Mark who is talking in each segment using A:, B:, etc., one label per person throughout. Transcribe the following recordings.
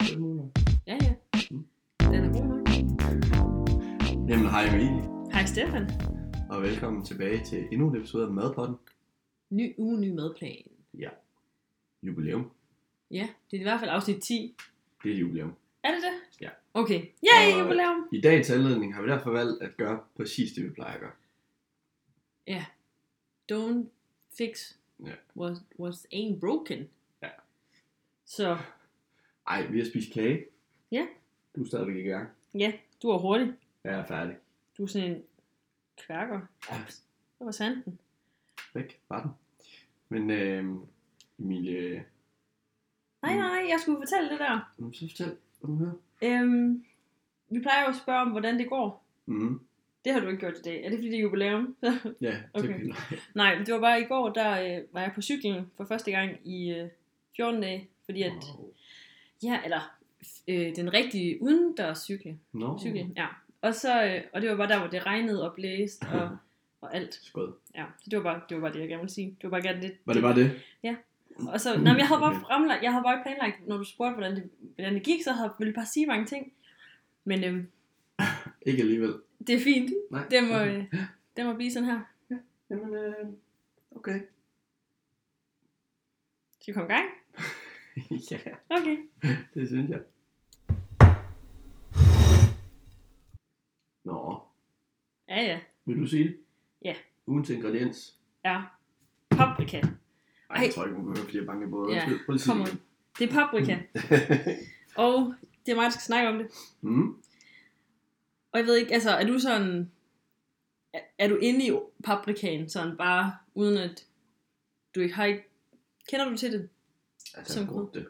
A: alt muligt.
B: Ja, ja. Den er god nok.
A: Jamen, hej Emilie,
B: Hej Stefan.
A: og velkommen tilbage til endnu en episode af Madpodden.
B: Ny uge, ny madplan.
A: Jubilæum.
B: Ja, det er i hvert fald afsnit 10.
A: Det er et jubilæum.
B: Er det det?
A: Ja.
B: Okay. Yay,
A: Og- øh,
B: jubilæum!
A: I dagens anledning har vi derfor valgt at gøre præcis det, vi plejer at gøre.
B: Don't fix
A: Ja.
B: what, what ain't broken.
A: Ja.
B: Så,
A: Ej, vi har spist kage.
B: Ja.
A: Du er stadigvæk i gang.
B: ja, du er hurtig.
A: Jeg er færdig.
B: Du er sådan en kværker.
A: Ja.
B: Det var sanden.
A: Væk var den. Men øh, Emilie,
B: Nej,
A: Mm.
B: nej, jeg skulle fortælle det der.
A: nu så fortæl, hvad du hører.
B: Øhm, vi plejer jo at spørge om, hvordan det går.
A: Mm.
B: Det har du ikke gjort i dag. Er det fordi, det er jubilæum?
A: Ja,
B: Okay.
A: typisk.
B: Nej, men det var bare i går, der øh, var jeg på cyklen for første gang i øh, 14 dage, fordi at,
A: Wow.
B: ja, eller øh, den rigtige udendørs cykle,
A: Nå,
B: cykel, ja. Og, så, øh, og det var bare der, hvor det regnede og blæste og, og alt.
A: skød.
B: Ja, så det var, bare, det var bare det, jeg gerne ville sige. Det var bare gerne lidt...
A: Var det bare det?
B: Og så, nej, men jeg havde bare fremlagt, jeg havde bare planlagt, når du spurgte, hvordan det, hvordan det gik, så havde, ville jeg bare sige mange ting. Men øhm,
A: Ikke alligevel.
B: det er fint.
A: Nej.
B: Det må, øh, det må blive sådan her.
A: Jamen, øh, okay.
B: Skal vi komme i gang?
A: ja,
B: Okay.
A: det synes jeg. Nå,
B: Ja, ja.
A: vil du sige det?
B: Ja.
A: Ugens ingrediens.
B: Ja. Paprika.
A: Ej,
B: Ej.
A: jeg tror ikke, hun kan høre, fordi jeg banker på.
B: Ja,
A: Undskyld, prøv lige at sige
B: Kom
A: det
B: on. Det er paprika.
A: igen.
B: Og det er mig, der skal snakke om det.
A: mm,
B: Og jeg ved ikke, altså, er du sådan... Er, er du inde i paprikaen, sådan bare uden at du ikke har ikke... Kender du til det?
A: altså,
B: Som
A: Som godt det.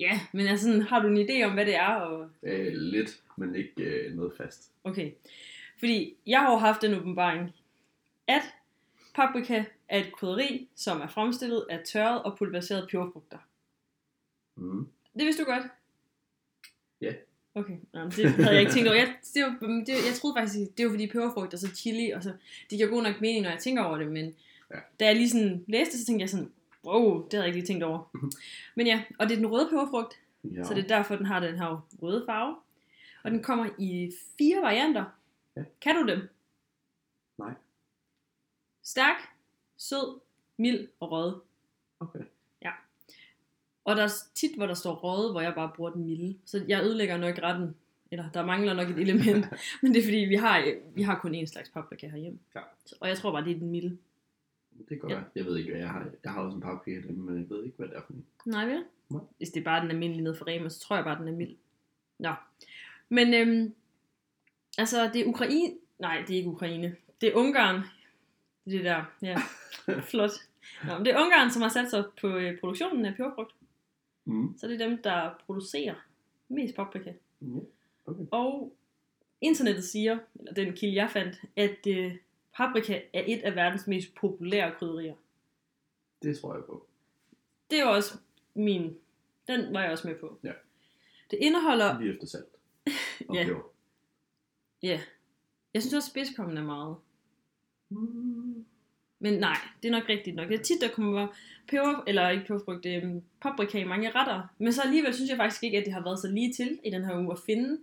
B: Ja, men altså, sådan, har du en idé om, hvad det er? Og...
A: Øh, lidt, men ikke øh, noget fast.
B: Okay. Fordi jeg har jo haft den åbenbaring, at paprika er et krydderi, som er fremstillet af tørret og pulveriseret peberfrugter.
A: Mm.
B: Det vidste du godt?
A: Ja.
B: Okay, Nå, men det havde jeg ikke tænkt over. Jeg, det var, men det, jeg troede faktisk, det var fordi peberfrugt og så chili, og så, det giver god nok mening, når jeg tænker over det, men
A: Ja.
B: ja. da jeg lige sådan læste, så tænkte jeg sådan, wow, det havde jeg ikke lige tænkt over. Men ja, og det er den røde peberfrugt,
A: Ja.
B: ja. så det er derfor, den har den her røde farve. Og den kommer i fire varianter.
A: Ja.
B: Kan du dem?
A: Nej.
B: Stærk, sød, mild og rød.
A: Okay.
B: Og der er tit, hvor der står røde, hvor jeg bare bruger den milde. Så jeg ødelægger nok retten. Eller der mangler nok et element. Men det er fordi, vi har, vi har kun én slags paprika herhjemme.
A: Ja.
B: Så- Og jeg tror bare, det er den milde.
A: Det går jeg. Jeg ved ikke, hvad jeg har. Jeg har også en paprika, derhjemme, men jeg ved ikke, hvad det er for en.
B: Nej, vel?
A: Nej.
B: Hvis det er bare den almindelige nede for Rema, så tror jeg bare, den er mild. Nå. Men øhm, altså, det er Ukraine. Nej, det er ikke Ukraine. Det er Ungarn. Det er det der, ja. Flot. Nå, men det er Ungarn, som har sat sig på øh, produktionen af peberfrugt.
A: Mm.
B: Så det er dem, der producerer mest paprika.
A: Ja.
B: Og internettet siger, eller den kilde jeg fandt, at øh, paprika er et af verdens mest populære krydderier.
A: Det tror jeg på.
B: Det var også min, den var jeg også med på.
A: Ja.
B: Det indeholder,
A: Lige efter salt. Og
B: Ja.
A: peber.
B: ja, jeg synes også spidskommen er meget.
A: Mm.
B: Men nej, det er nok rigtigt nok. Det er tit, der kommer peber, eller ikke peberfrugt, øh, paprika i mange retter. Men så alligevel synes jeg faktisk ikke, at det har været så lige til i den her uge at finde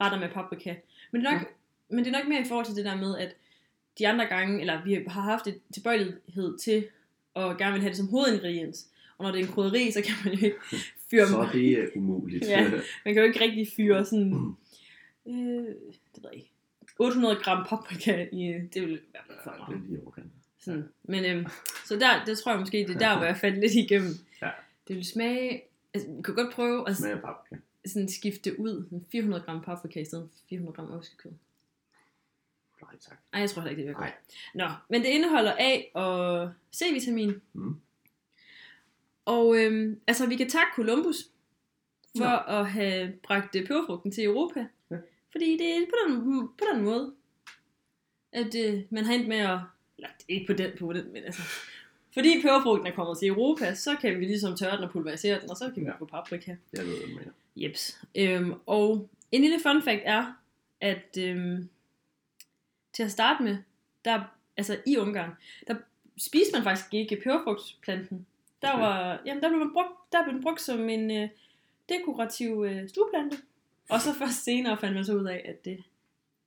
B: retter med paprika. Men det er nok, men det er nok mere i forhold til det der med, at de andre gange, eller vi har haft et tilbøjelighed til at gerne vil have det som hovedingrediens. Og når det er en krydderi, så kan man jo ikke fyre
A: Så det er umuligt.
B: Ja. man kan jo ikke rigtig fyre sådan,
A: Mm.
B: øh, det ved jeg ikke, 800 gram paprika i, det ville være for
A: Ja,
B: meget.
A: det er lige overkanten.
B: Sådan. Men øhm, så der, det tror jeg måske, det er der, hvor jeg faldt lidt igennem.
A: Ja.
B: Det vil smage... Altså, vi kunne godt prøve at s-
A: Smager paprika.
B: sådan skifte det ud. Sådan 400 gram paprika i stedet for 400 gram oksekød.
A: Nej, tak.
B: Ej, jeg tror heller ikke, det virker.
A: Nej.
B: Nå, men det indeholder A og C-vitamin.
A: Mm.
B: Og øhm, altså, vi kan takke Columbus for ja. at have bragt øh, peberfrugten til Europa.
A: Ja.
B: Fordi det er på den, på den måde, at øh, man har endt med at... Eller ikke på den, på den, men altså... Fordi peberfrugten er kommet til Europa, så kan vi ligesom tørre den og pulverisere den, og så kan vi
A: Ja.
B: få paprika.
A: Jeg ved, hvad du mener.
B: Jeps. Øhm, og en lille fun fact er, at øhm, til at starte med, der, altså i Ungarn, der spiste man faktisk ikke peberfrugtsplanten. Der,
A: Okay.
B: var, jamen, der, blev man brugt, der blev den brugt som en, øh, dekorativ øh, stueplante. Og så først senere fandt man så ud af, at det,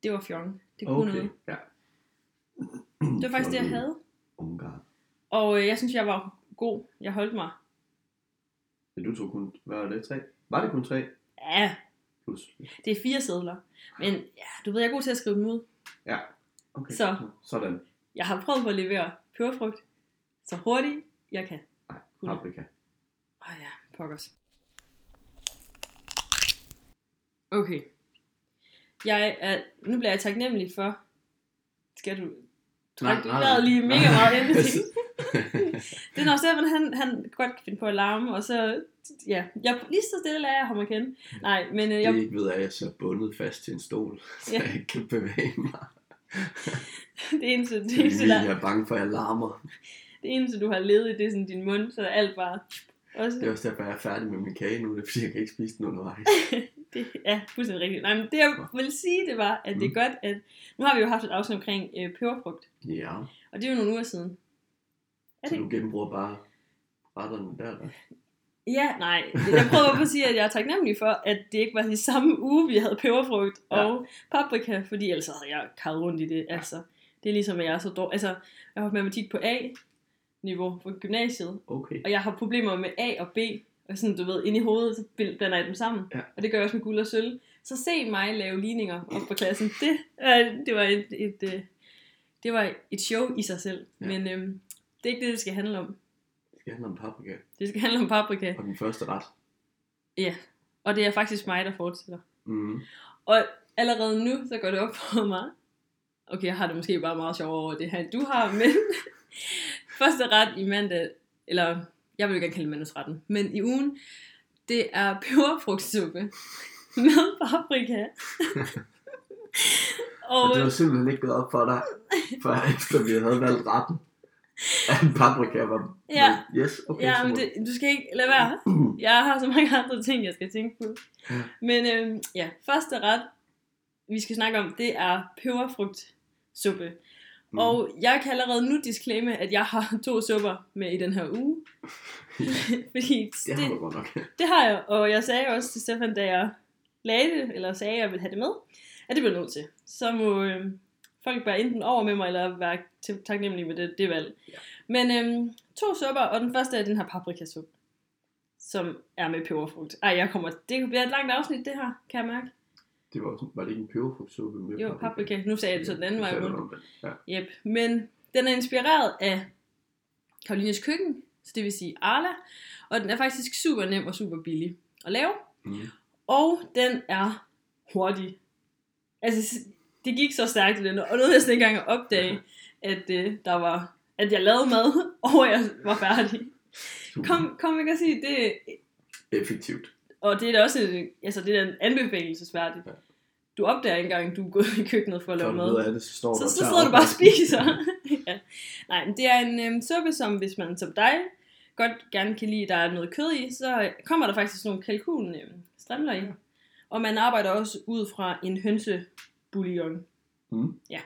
B: det var fjong. Det kunne okay. noget.
A: ja.
B: Det var faktisk det, jeg havde.
A: Ungarn.
B: Og øh, jeg synes, jeg var god. Jeg holdt mig.
A: Men du tog kun, hvad var det, tre? Var det kun tre?
B: Ja,
A: Plus.
B: det er fire sædler. Men ja, du ved, jeg er god til at skrive dem ud.
A: Ja. Okay.
B: Så.
A: Sådan.
B: Jeg har prøvet på at levere peberfrugt så hurtigt, jeg kan.
A: Nej,
B: Kunne.
A: paprika.
B: Åh oh, ja, pokkers. Okay. Jeg er, nu bliver jeg taknemmelig for... Skal du... Træk du vejret lige mega meget ind.
A: Altså,
B: Det er nok Stefan, han, han godt kan finde på at larme, og så... Ja, jeg, lige så stille lærer jeg ham at kende. Nej, men øh,
A: Det
B: jeg,
A: jeg ikke ved, er, at jeg er så bundet fast til en stol, så
B: Ja.
A: jeg ikke kan bevæge mig.
B: det eneste, det
A: Fordi
B: eneste, der,
A: jeg er bange for, at jeg larmer.
B: det eneste, du har levet i, det er sådan din mund, så er alt bare... Også,
A: Det er også derfor, jeg er færdig med min kage nu. Det er fordi, jeg kan ikke spise den undervejs.
B: Det er fuldstændig rigtigt. Nej, men det jeg vil sige, det var, at det er godt, at... Nu har vi jo haft et afsnit omkring øh, peberfrugt,
A: Ja,
B: og det er jo nogle uger siden. Er
A: så
B: det
A: du genbruger bare retterne der. da.
B: Ja, nej. Jeg prøver bare at sige, at jeg er taknemmelig for, at det ikke var i samme uge, vi havde peberfrugt
A: Ja.
B: og paprika, fordi ellers havde jeg karret rundt i det. Altså, det er ligesom, at jeg er så dårlig. Altså, jeg har haft matematik på A-niveau på gymnasiet,
A: Okay.
B: og jeg har problemer med A og B, og sådan, du ved, inde i hovedet, så bl- blander jeg dem sammen.
A: Ja.
B: Og det gør jeg også med guld og sølv. Så se mig lave ligninger op på klassen. Det, øh, det var et, et, øh, det var et show i sig selv.
A: Ja.
B: Men øh, det er ikke det, det skal handle om.
A: Det skal handle om paprika.
B: Det skal handle om paprika.
A: Og den første ret.
B: Og det er faktisk mig, der fortsætter.
A: Mm.
B: Og allerede nu, så går det op for mig. Okay, jeg har det måske bare meget sjovere over det her, du har, men første ret i mandag, eller jeg vil jo gerne kalde det mandagsretten, men i ugen, det er peberfrugtsuppe med paprika.
A: Og
B: og
A: det var simpelthen ikke gået op for dig, for efter vi havde valgt retten, at en paprika var...
B: ja,
A: Yes, okay.
B: ja
A: så
B: men
A: må- Mm.
B: det, du skal ikke lade være. Jeg har så mange andre ting, jeg skal tænke på.
A: Ja.
B: Men øhm, ja, første ret, vi skal snakke om, det er peberfrugtsuppe. Mm.
A: Mm.
B: Og jeg kan allerede nu disclaime, at jeg har to supper med i den her uge. Fordi
A: Det
B: det,
A: har du godt nok.
B: det har jeg, og jeg sagde også til Stefan, da jeg lagde det, eller sagde, at jeg ville have det med, at det blev jeg nødt til. Så må øh, folk være enten over med mig, eller være til- taknemmelige med det, det valg.
A: Ja.
B: Men øh, to supper, og den første er den her paprikasuppe, som er med peberfrugt. Ej, jeg kommer, det bliver et langt afsnit, det her, kan jeg mærke.
A: Det var, også- var det ikke en peberfrugtsuppe med
B: Jo, paprika. Nu sagde jeg det så den anden vej
A: Så er det
B: rundt.
A: omvendt. Ja.
B: Yep. Men den er inspireret af Karolines køkken, så det vil sige Arla, og den er faktisk super nem og super billig at lave,
A: Mm.
B: og den er hurtig. Altså, s- det gik så stærkt i den, og nåede jeg slet ikke engang at opdage, at, øh, der var, at jeg lavede mad, og jeg var færdig.
A: Super
B: Kom, kom ikke og sige, det,
A: Effektivt.
B: og det er da også en, altså, det er da en anbefalelsesværdigt.
A: Ja.
B: Du opdager ikke engang, du er gået i køkkenet for at
A: Når
B: lave
A: du
B: mad.
A: ved af det, så står
B: Så,
A: og
B: så
A: tager
B: sidder du bare og
A: opvasken.
B: spiser. ja. Nej, men det er en øhm, suppe, som hvis man som dig godt gerne kan lide, der er noget kød i, så øh, kommer der faktisk nogle kalkun øhm, strimler i. Og man arbejder også ud fra en hønsebouillon.
A: Mm.
B: Ja.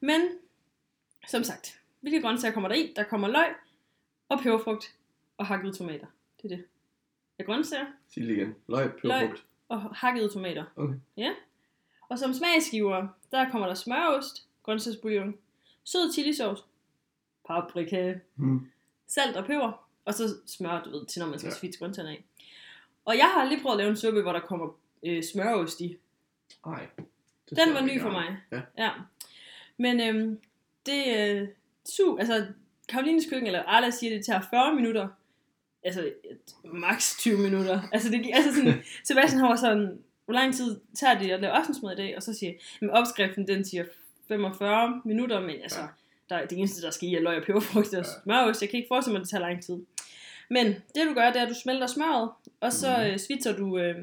B: Men, som sagt, hvilke grøntsager kommer der i? Der kommer løg og peberfrugt og hakkede tomater. Det er det. Ja, grøntsager
A: Sig det igen. Løg, peberfrugt.
B: og hakkede tomater.
A: Okay.
B: Ja. Og som smagsgiver, der kommer der smørost, grøntsagsbouillon, sød chilisauce, paprika,
A: Mm.
B: salt og peber, og så smør, du ved, til når man skal ja.
A: Ja.
B: svitse grøntsagerne af. Og jeg har lige prøvet at lave en suppe, hvor der kommer øh, smørost i.
A: Ej. det tror
B: Den var
A: jeg
B: ny
A: ikke,
B: for
A: jeg har.
B: mig.
A: Ja.
B: ja. Men øhm, det er øh, su, altså Karolines køkken, eller Arla siger, det tager 40 minutter. Altså, et- maks 20 minutter. Altså, det, gi- altså sådan, Sebastian har var sådan, hvor lang tid tager det at lave aftensmad i dag? Og så siger jeg, "Jamen, opskriften, den siger 45 minutter, men altså,
A: Ja.
B: der, er det eneste, der skal i, er løg og peberfrugt og
A: Ja.
B: smørost. Jeg kan ikke forestille mig, at det tager lang tid. Men det, du gør, det er, at du smelter smøret, og så
A: Mhm.
B: mm. øh, svitser du øh,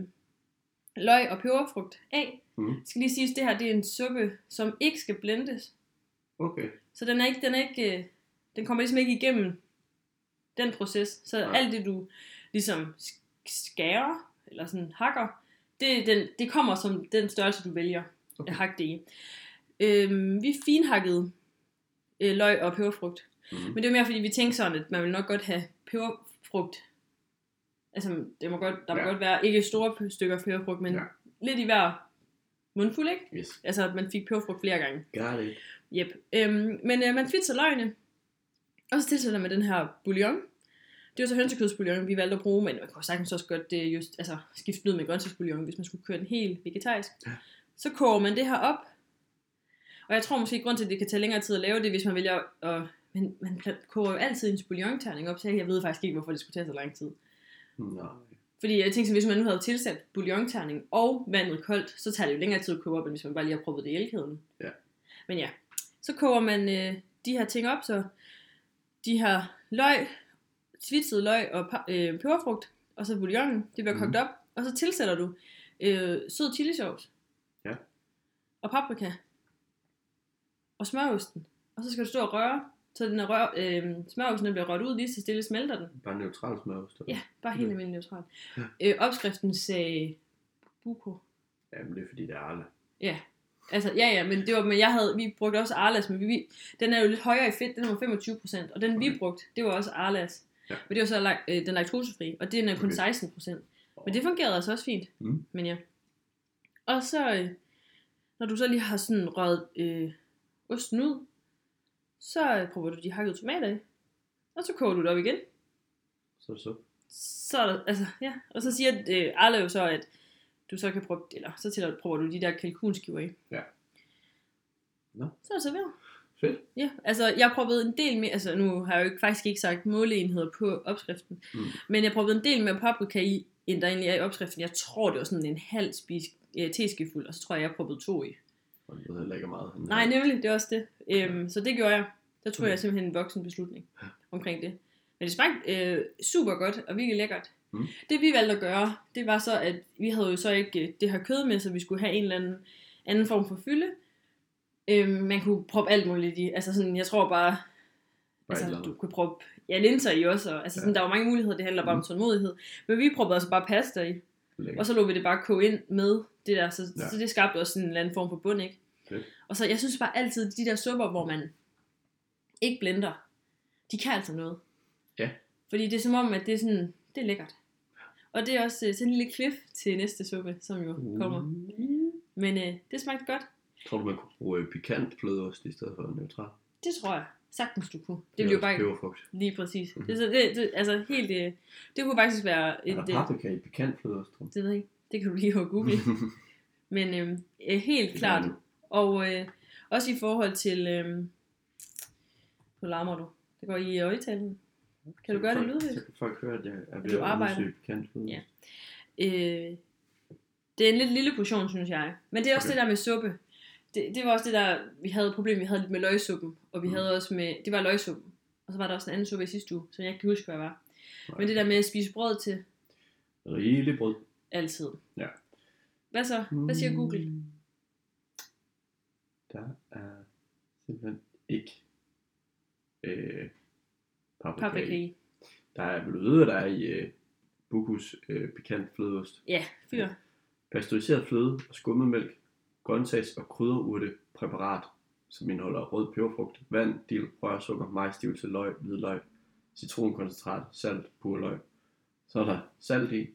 B: løg og peberfrugt af.
A: Mhm.
B: Jeg skal lige sige, at det her det er en suppe, som ikke skal blendes.
A: Okay.
B: Så den er ikke, den er ikke, øh, den kommer ligesom ikke igennem den proces. Så
A: Nej.
B: alt det, du ligesom sk- skærer, eller sådan hakker, det, den, det kommer som den størrelse, du vælger
A: Okay.
B: at hakke det i. Øhm, vi finhakkede øh, løg og peberfrugt.
A: Mm.
B: Men det var mere, fordi vi tænkte sådan, at man ville nok godt have peberfrugt Altså, det må godt, der må
A: Ja.
B: godt være ikke store stykker peberfrugt, men
A: Ja.
B: lidt i hver mundfuld, ikke?
A: Yes.
B: Altså, at man fik peberfrugt flere gange.
A: Got it.
B: Yep. Øhm, men øh, man svitser løgene, og så tilsætter man den her bouillon. Det var så hønsekødsbouillon, vi valgte at bruge, men man kunne sagtens også godt det just, altså, skifte den ud med grøntsagsbouillon, hvis man skulle køre den helt vegetarisk.
A: Ja.
B: Så koger man det her op, og jeg tror måske, grund til, at det kan tage længere tid at lave det, hvis man vælger at... Men man pla- koger jo altid en bouillonterning op, så jeg ved faktisk ikke, hvorfor det skulle tage så lang tid.
A: Nå.
B: Fordi jeg tænkte, så hvis man nu havde tilsat bouillonterning og vandet koldt, så tager det jo længere tid at koge op, end hvis man bare lige har proppet det i elkedlen.
A: Ja.
B: Men ja, så koger man øh, de her ting op, så de her løg, svitset løg og pa- øh, peberfrugt, og så bouillonen, det bliver kogt
A: Mhm.
B: op, og så tilsætter du øh, sød chilisauce.
A: Ja.
B: Og paprika. Og smørosten. Og så skal du stå og røre, så den er rør, øh, smørosten den bliver rørt ud lige så stille smelter den.
A: Bare neutral smørost. eller?
B: Ja, bare helt
A: Mm.
B: almindelig neutral.
A: Ja.
B: Øh, opskriften sagde buko.
A: Jamen, det er fordi, det er Arla.
B: Altså, ja, ja, men det var, men jeg havde, vi brugte også Arlas, men vi- vi, den er jo lidt højere i fedt, den var 25 procent, og den vi
A: Okay.
B: brugte, det var også Arlas.
A: Ja.
B: Men det var så lak- øh, den laktosefri, og den er kun
A: Okay.
B: 16 procent. Men det fungerede altså også fint.
A: Mm.
B: Men ja. Og så, øh, når du så lige har sådan røget øh, osten ud, så øh, prøver du de hakkede tomater i, og så koger du det op igen.
A: Så er det så.
B: så er der, altså, ja. Og så siger øh, Arle jo så, at du så kan prøve, eller så til at prøver du de der kalkunskiver i.
A: Ja. Nå.
B: Så er det serveret.
A: Fedt.
B: Ja, altså jeg prøvede en del med, altså nu har jeg jo ikke, faktisk ikke sagt måleenheder på opskriften,
A: Mm.
B: men jeg prøvede en del med paprika i, end der egentlig er i opskriften. Jeg tror, det var sådan en halv spis øh, teskefuld, og så tror jeg, jeg prøvede to i.
A: Og det ved heller ikke meget.
B: Nej, nemlig, det er også det. Øhm, så det gjorde jeg. Der tog
A: Okay.
B: jeg simpelthen en voksen beslutning omkring det. Men det smagte øh, super godt og virkelig lækkert.
A: Mm.
B: Det vi valgte at gøre, det var så, at vi havde jo så ikke øh, det her kød med, så vi skulle have en eller anden anden form for fylde. Øhm, man kunne proppe alt muligt i. Altså sådan, jeg tror
A: Bare
B: bare,
A: et eller
B: altså, du
A: andet.
B: kunne proppe ja, linser i også. Og, altså sådan,
A: Ja.
B: der var mange muligheder, det handler bare om
A: Mm.
B: tålmodighed. Men vi proppede altså bare pasta i.
A: Lækkert.
B: Og så lå vi det bare koge ind med det der, så, ja.
A: Ja.
B: så det skabte også sådan en eller anden form for bund, ikke?
A: Fedt.
B: Og så, jeg synes bare altid, de der supper, hvor man ikke blender, de kan altså noget.
A: Ja.
B: Fordi det er som om, at det er sådan, det er lækkert. Og det er også øh, sådan en lille cliff til næste suppe, som jo
A: Mm.
B: kommer. Men øh, det smagte godt.
A: Tror du, man kunne bruge øh, pikant flødeost i stedet for neutral?
B: Det tror jeg sagtens, du kunne. Det ville jo
A: også
B: bare
A: Peberfrugt.
B: lige præcis. Det, er så- det, det, altså helt, øh, det kunne faktisk være
A: Mhm. Er
B: et,
A: der Mhm.
B: øh,
A: paprika i pikant flødeost? tror du?
B: det ved jeg ikke, det kan du lige have google. Men øh, øh, helt klart, Og øh, også i forhold til... Øh, nu larmer du. Det går i øjetalen. Kan du gøre det lydligt?
A: Så kan folk høre, at jeg er
B: du
A: ved at
B: arbejder.
A: undersøge pikant flødeost.
B: Ja. Øh, det er en lidt lille portion, synes jeg. Men det er også
A: Okay.
B: det der med suppe. Det, det var også det der, vi havde et problem. Vi havde lidt med løgsuppen, og vi
A: Mm.
B: mm. havde også med... Det var løgsuppen. Og så var der også en anden suppe i sidste uge, som jeg ikke kan huske, hvad det var.
A: Nej.
B: Men det der med at spise brød til
A: Rigelig brød.
B: altid.
A: Ja.
B: Hvad så? Hvad siger Google?
A: Mm. Der er simpelthen ikke øh, paprika,
B: Paprika
A: paprika.
B: i.
A: Der er bløde, der er i øh, bukus øh, pikant flødeost.
B: Ja, fyr.
A: Pasteuriseret fløde og skummet mælk, grøntsags- og krydderurte præparat, som indeholder rød peberfrugt, vand, dild, rørsukker, majsstivelse, løg, hvidløg, citronkoncentrat, salt, purløg. Så er der salt i,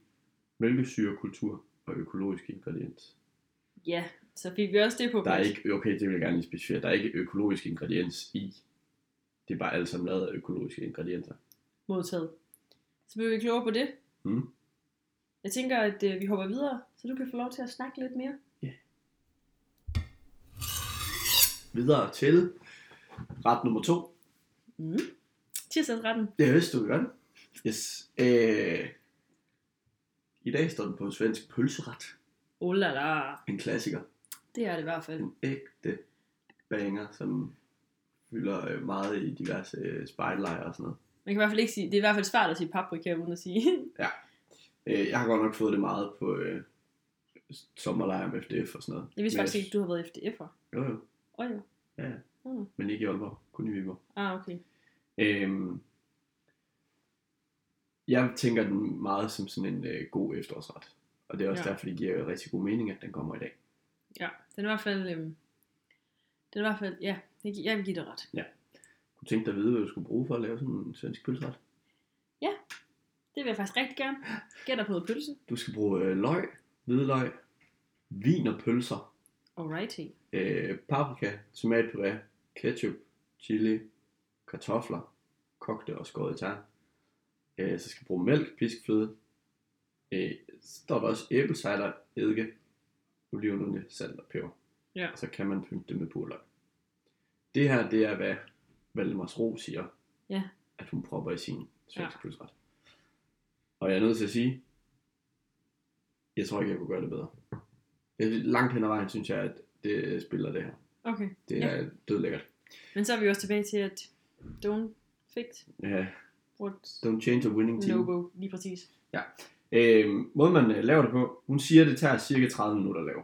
A: mælkesyrekultur og økologiske ingredienser.
B: Ja, så fik vi også det på
A: Der er
B: plads.
A: ikke, okay, det vil jeg gerne lige specificere, der er ikke økologisk ingrediens i. Det er bare alt sammen lavet af økologiske ingredienser.
B: modtaget. Så blev vi klogere på det.
A: Mm.
B: Jeg tænker, at øh, vi hopper videre, så du kan få lov til at snakke lidt mere.
A: Videre til ret nummer to.
B: Mm. Tirsdagsretten.
A: Det er du vil gøre det. Yes. Øh, I dag står den på en svensk pølseret.
B: Oh la la.
A: En klassiker.
B: Det er det i hvert fald.
A: En ægte banger, som fylder øh, meget i diverse øh, spejllejre og sådan noget.
B: Man kan i hvert fald ikke sige, det er i hvert fald svært at sige paprika, uden at sige.
A: Øh, jeg har godt nok fået det meget på øh, sommerlejre med FDF og sådan noget.
B: Jeg vidste
A: Men
B: faktisk ikke, du har været FDF'er.
A: Jo, jo.
B: Åh oh, ja.
A: Men ikke i Aalborg. Kun i Viborg.
B: Ah, okay.
A: Øhm, jeg tænker den meget som sådan en øh, god efterårsret. Og det er også
B: Ja.
A: ja. derfor, det giver rigtig god mening, at den kommer i dag.
B: Ja, den er i hvert fald... Øhm, den er i hvert fald... Ja, jeg, gi- jeg vil give dig ret.
A: Kunne du tænke dig at vide, hvad du skulle bruge for at lave sådan en svensk pølseret?
B: Det vil jeg faktisk rigtig gerne. Gætter på noget pølse.
A: Du skal bruge øh, løg, hvidløg, vin og pølser,
B: Alrighty.
A: øh, paprika, tomatpuré, ketchup, chili, kartofler, kogte og skåret i tern. Øh, så skal du bruge mælk, piskfløde. Øh, så står der også æblecider, eddike, olivenolie, salt og peber.
B: Ja.
A: Og så kan man pynte det med purløg. Det her, det er hvad Valdemars Ro siger,
B: Ja.
A: at hun propper i sin svenske ja. Og jeg er nødt til at sige, jeg tror ikke, jeg kunne gøre det bedre. Jeg- Langt hen ad vejen synes jeg, at det øh, spiller det her.
B: Okay.
A: Det
B: Ja.
A: er ja. dødlækkert.
B: Men så er vi også tilbage til, at don't fix
A: Ja,
B: what
A: don't change a winning team.
B: no go. Lige præcis.
A: Øhm, måden man øh, laver det på, hun siger, at det tager cirka 30 minutter at lave.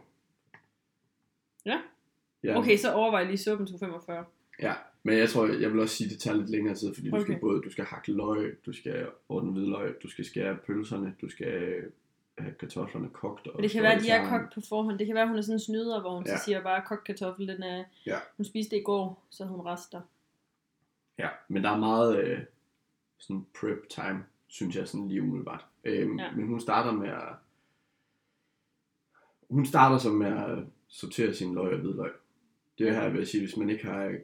B: Ja.
A: ja.
B: Okay, så overvej lige suppen 245.
A: Ja, men jeg tror, jeg vil også sige, at det tager lidt længere tid, fordi okay. du skal
B: Okay.
A: både, du skal hakke løg, du skal ordne hvidløg, du skal skære pølserne, du skal øh, have kartoflerne kogt. Og
B: Men det kan være, at de er
A: skåret sammen.
B: kogt på forhånd. Det kan være, at hun er sådan en snyder, hvor hun ja.
A: Ja.
B: så siger bare, kogt kartoffel, den er...
A: Ja.
B: Hun spiste det i går, så hun rester.
A: Ja, men der er meget øh, sådan prep time, synes jeg sådan lige umiddelbart. Øhm,
B: Ja.
A: ja. Men hun starter med at... Hun starter så med at sortere sin løg og hvidløg. Det er her, jeg vil sige, hvis man ikke har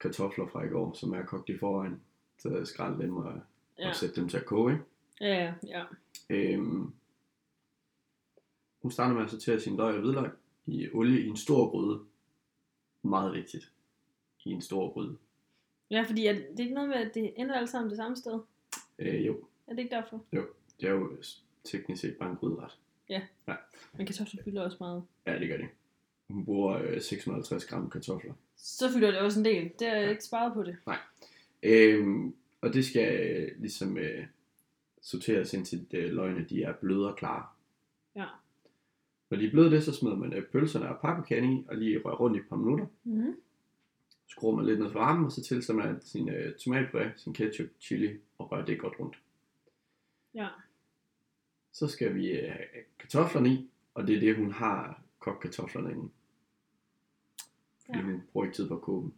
A: kartofler fra i går, som er kogt i forvejen, så skræl dem og, ja.
B: Ja,
A: og sæt dem til at koge. Ikke?
B: ja, ja. ja.
A: Øhm, hun starter med at sortere sin løg og hvidløg i olie i en stor gryde. Meget vigtigt. I en stor gryde.
B: ja fordi er det, det er ikke noget med, at det ender alle sammen det samme sted.
A: Øh, jo,
B: Er det ikke derfor?
A: det er jo øh, teknisk set bare en gryderet.
B: Men kartofler fylder også meget.
A: Ja, det gør det. Hun bruger øh, 650 gram kartofler.
B: Så fylder det også en del. Det er jeg ikke sparet på det.
A: Øhm, og det skal øh, ligesom øh, sorteres indtil øh, løgene de er bløde og klare.
B: Ja.
A: Når de er bløde det, så smider man øh, pølserne og paprikaen i, og lige rører rundt i et par minutter.
B: Mm-hmm.
A: Skruer man lidt ned for varmen, og så tilsætter man sin øh, tomatpuré, sin ketchup, chili og rører det godt rundt.
B: Ja.
A: Så skal vi øh, have kartoflerne i, og det er det, hun har kogt kartoflerne inde. Fordi
B: Ja.
A: ja. hun bruger ikke tid på at koge dem.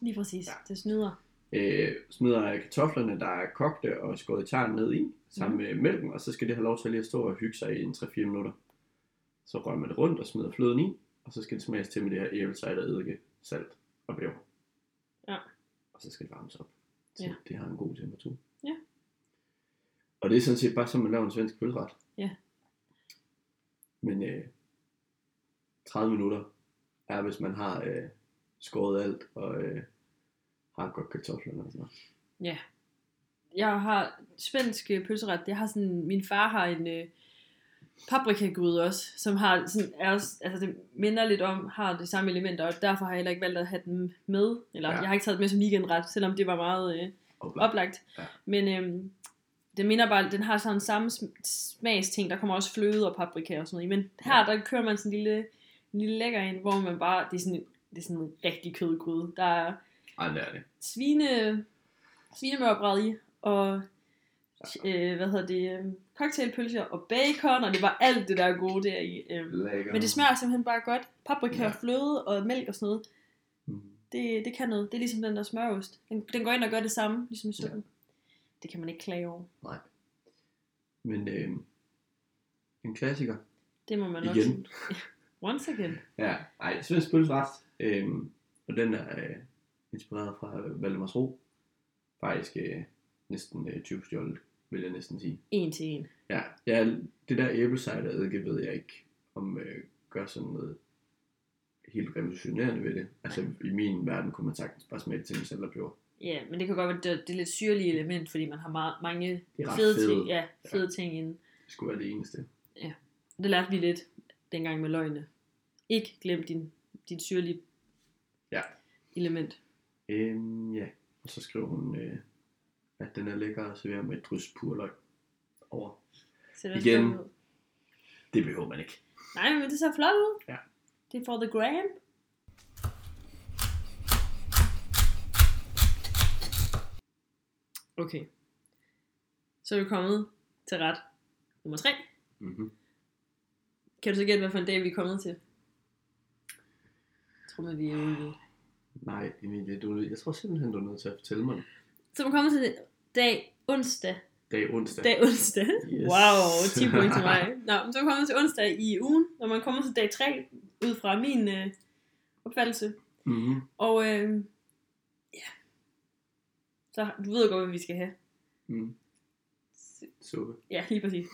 B: Lige præcis. Ja.
A: Ja.
B: Det snyder.
A: øh, smider kartoflerne, der er kogte og skåret i tern ned i, sammen
B: Mm.
A: med mælken, og så skal det have lov til lige at stå og hygge sig i en 3-4 minutter. Så rører man det rundt og smider fløden i, og så skal det smages til med det her æblecider, eddike, salt og peber.
B: Ja.
A: Og så skal det varmes op, så
B: Ja.
A: ja. det har en god temperatur.
B: Ja.
A: Og det er sådan set bare som man laver en svensk pølseret.
B: Ja.
A: Men øh, 30 minutter er, hvis man har øh, skåret alt og øh, har godt kartoflerne og sådan noget.
B: Jeg har spansk øh, pølseret. Jeg har sådan, min far har en øh, paprikagryde også, som har sådan, er også, altså det minder lidt om, har det samme elementer, og derfor har jeg heller ikke valgt at have den med, eller ja.
A: Ja.
B: jeg har ikke taget den med som weekendret, selvom det var meget øh,
A: Oplagt.
B: oplagt.
A: Ja.
B: Men øhm, den minder bare, den har sådan samme sm- smagsting, der kommer også fløde og paprika og sådan noget i, men her, der kører man sådan en lille, en lille lækker ind, hvor man bare, det er sådan, det er sådan en rigtig kødgryde. Der er
A: Ej, det er det.
B: svine, svinemørbræd i, og øh, hvad hedder det, øh, cocktailpølser og bacon, og det var alt det, der er gode der i. Øh.
A: Lækker.
B: Men det smager simpelthen bare godt. Paprika ja.
A: Ja.
B: og fløde og mælk og sådan noget,
A: Mm.
B: det, det kan noget. Det er ligesom den der smørost. Den, den går ind og gør det samme, ligesom i suppen. Ja. Det kan man ikke klage over.
A: Nej. Men øh, en klassiker.
B: Det må man nok
A: Igen.
B: sige. Once again.
A: Ja, nej, svensk pølseret. Øh, og den er øh, inspireret fra øh, Valdemars Ro. Faktisk øh, næsten øh, 20 stjålet, vil jeg næsten sige.
B: En til en.
A: Ja, ja det der æblecider eddike ved jeg ikke, om øh, gør sådan noget helt revolutionerende ved det. Altså i min verden kunne man sagtens bare smage det til med salt og peber.
B: Ja, men det kan godt være, det, det er lidt syrlige element, fordi man har meget, mange
A: Det er ret
B: fede,
A: fede.
B: ting, ja, fede ja. ting inden.
A: Det skulle være det eneste.
B: Det lærte vi lidt dengang med løgne. Ikke glem din, din syrlige
A: Ja.
B: element.
A: Øhm, ja. Og så skrev hun, øh, at den er lækker at servere med et drys purløg over.
B: Ser det
A: Igen.
B: også flot ud?
A: Det behøver man ikke.
B: Nej, men det ser flot ud.
A: Ja.
B: Det er for the gram. Okay. Så er vi kommet til ret nummer 3.
A: Mm-hmm.
B: Kan du så gætte, hvad for en dag vi er kommet til? Jeg tror, man, vi er ude.
A: Nej, Emilie, du, jeg tror simpelthen, du er nødt til at fortælle mig det.
B: Så er vi kommet til dag onsdag
A: dag onsdag.
B: Dag onsdag.
A: Yes.
B: Wow, 10 point til mig. Nå, men så kommer vi til onsdag i ugen, når man kommer til dag 3, ud fra min øh, opfattelse.
A: Mm-hmm.
B: Og øh, ja, så du ved godt, hvad vi skal have.
A: Mm. Suppe.
B: Ja, lige præcis.